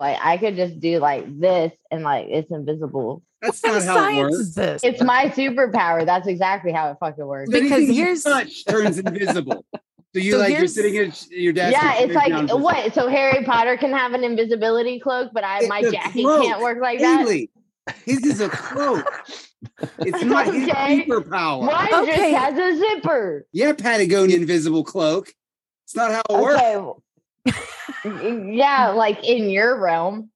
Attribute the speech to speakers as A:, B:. A: Like I could just do like this and like it's invisible.
B: That's
C: kind
B: not
C: of
B: how it
C: science
B: works.
C: is this?
A: It's my superpower. That's exactly how it fucking works.
C: Because
B: Anything you
C: here's-
B: touch turns invisible. So you
C: So
B: like you're
C: here's-
B: sitting at your desk.
A: yeah,
B: and
A: it's like uh,
B: down invisible.
A: what? So Harry Potter can have an invisibility cloak, but I
B: It's
A: my
B: a
A: jacket
B: cloak.
A: can't work like that.
B: Haley, his is a cloak. It's not his
A: Okay.
B: superpower.
A: Mine
C: Okay.
A: just has a zipper.
B: Yeah, Patagonia invisible cloak. It's not how it works.
A: Okay. yeah, like in your realm.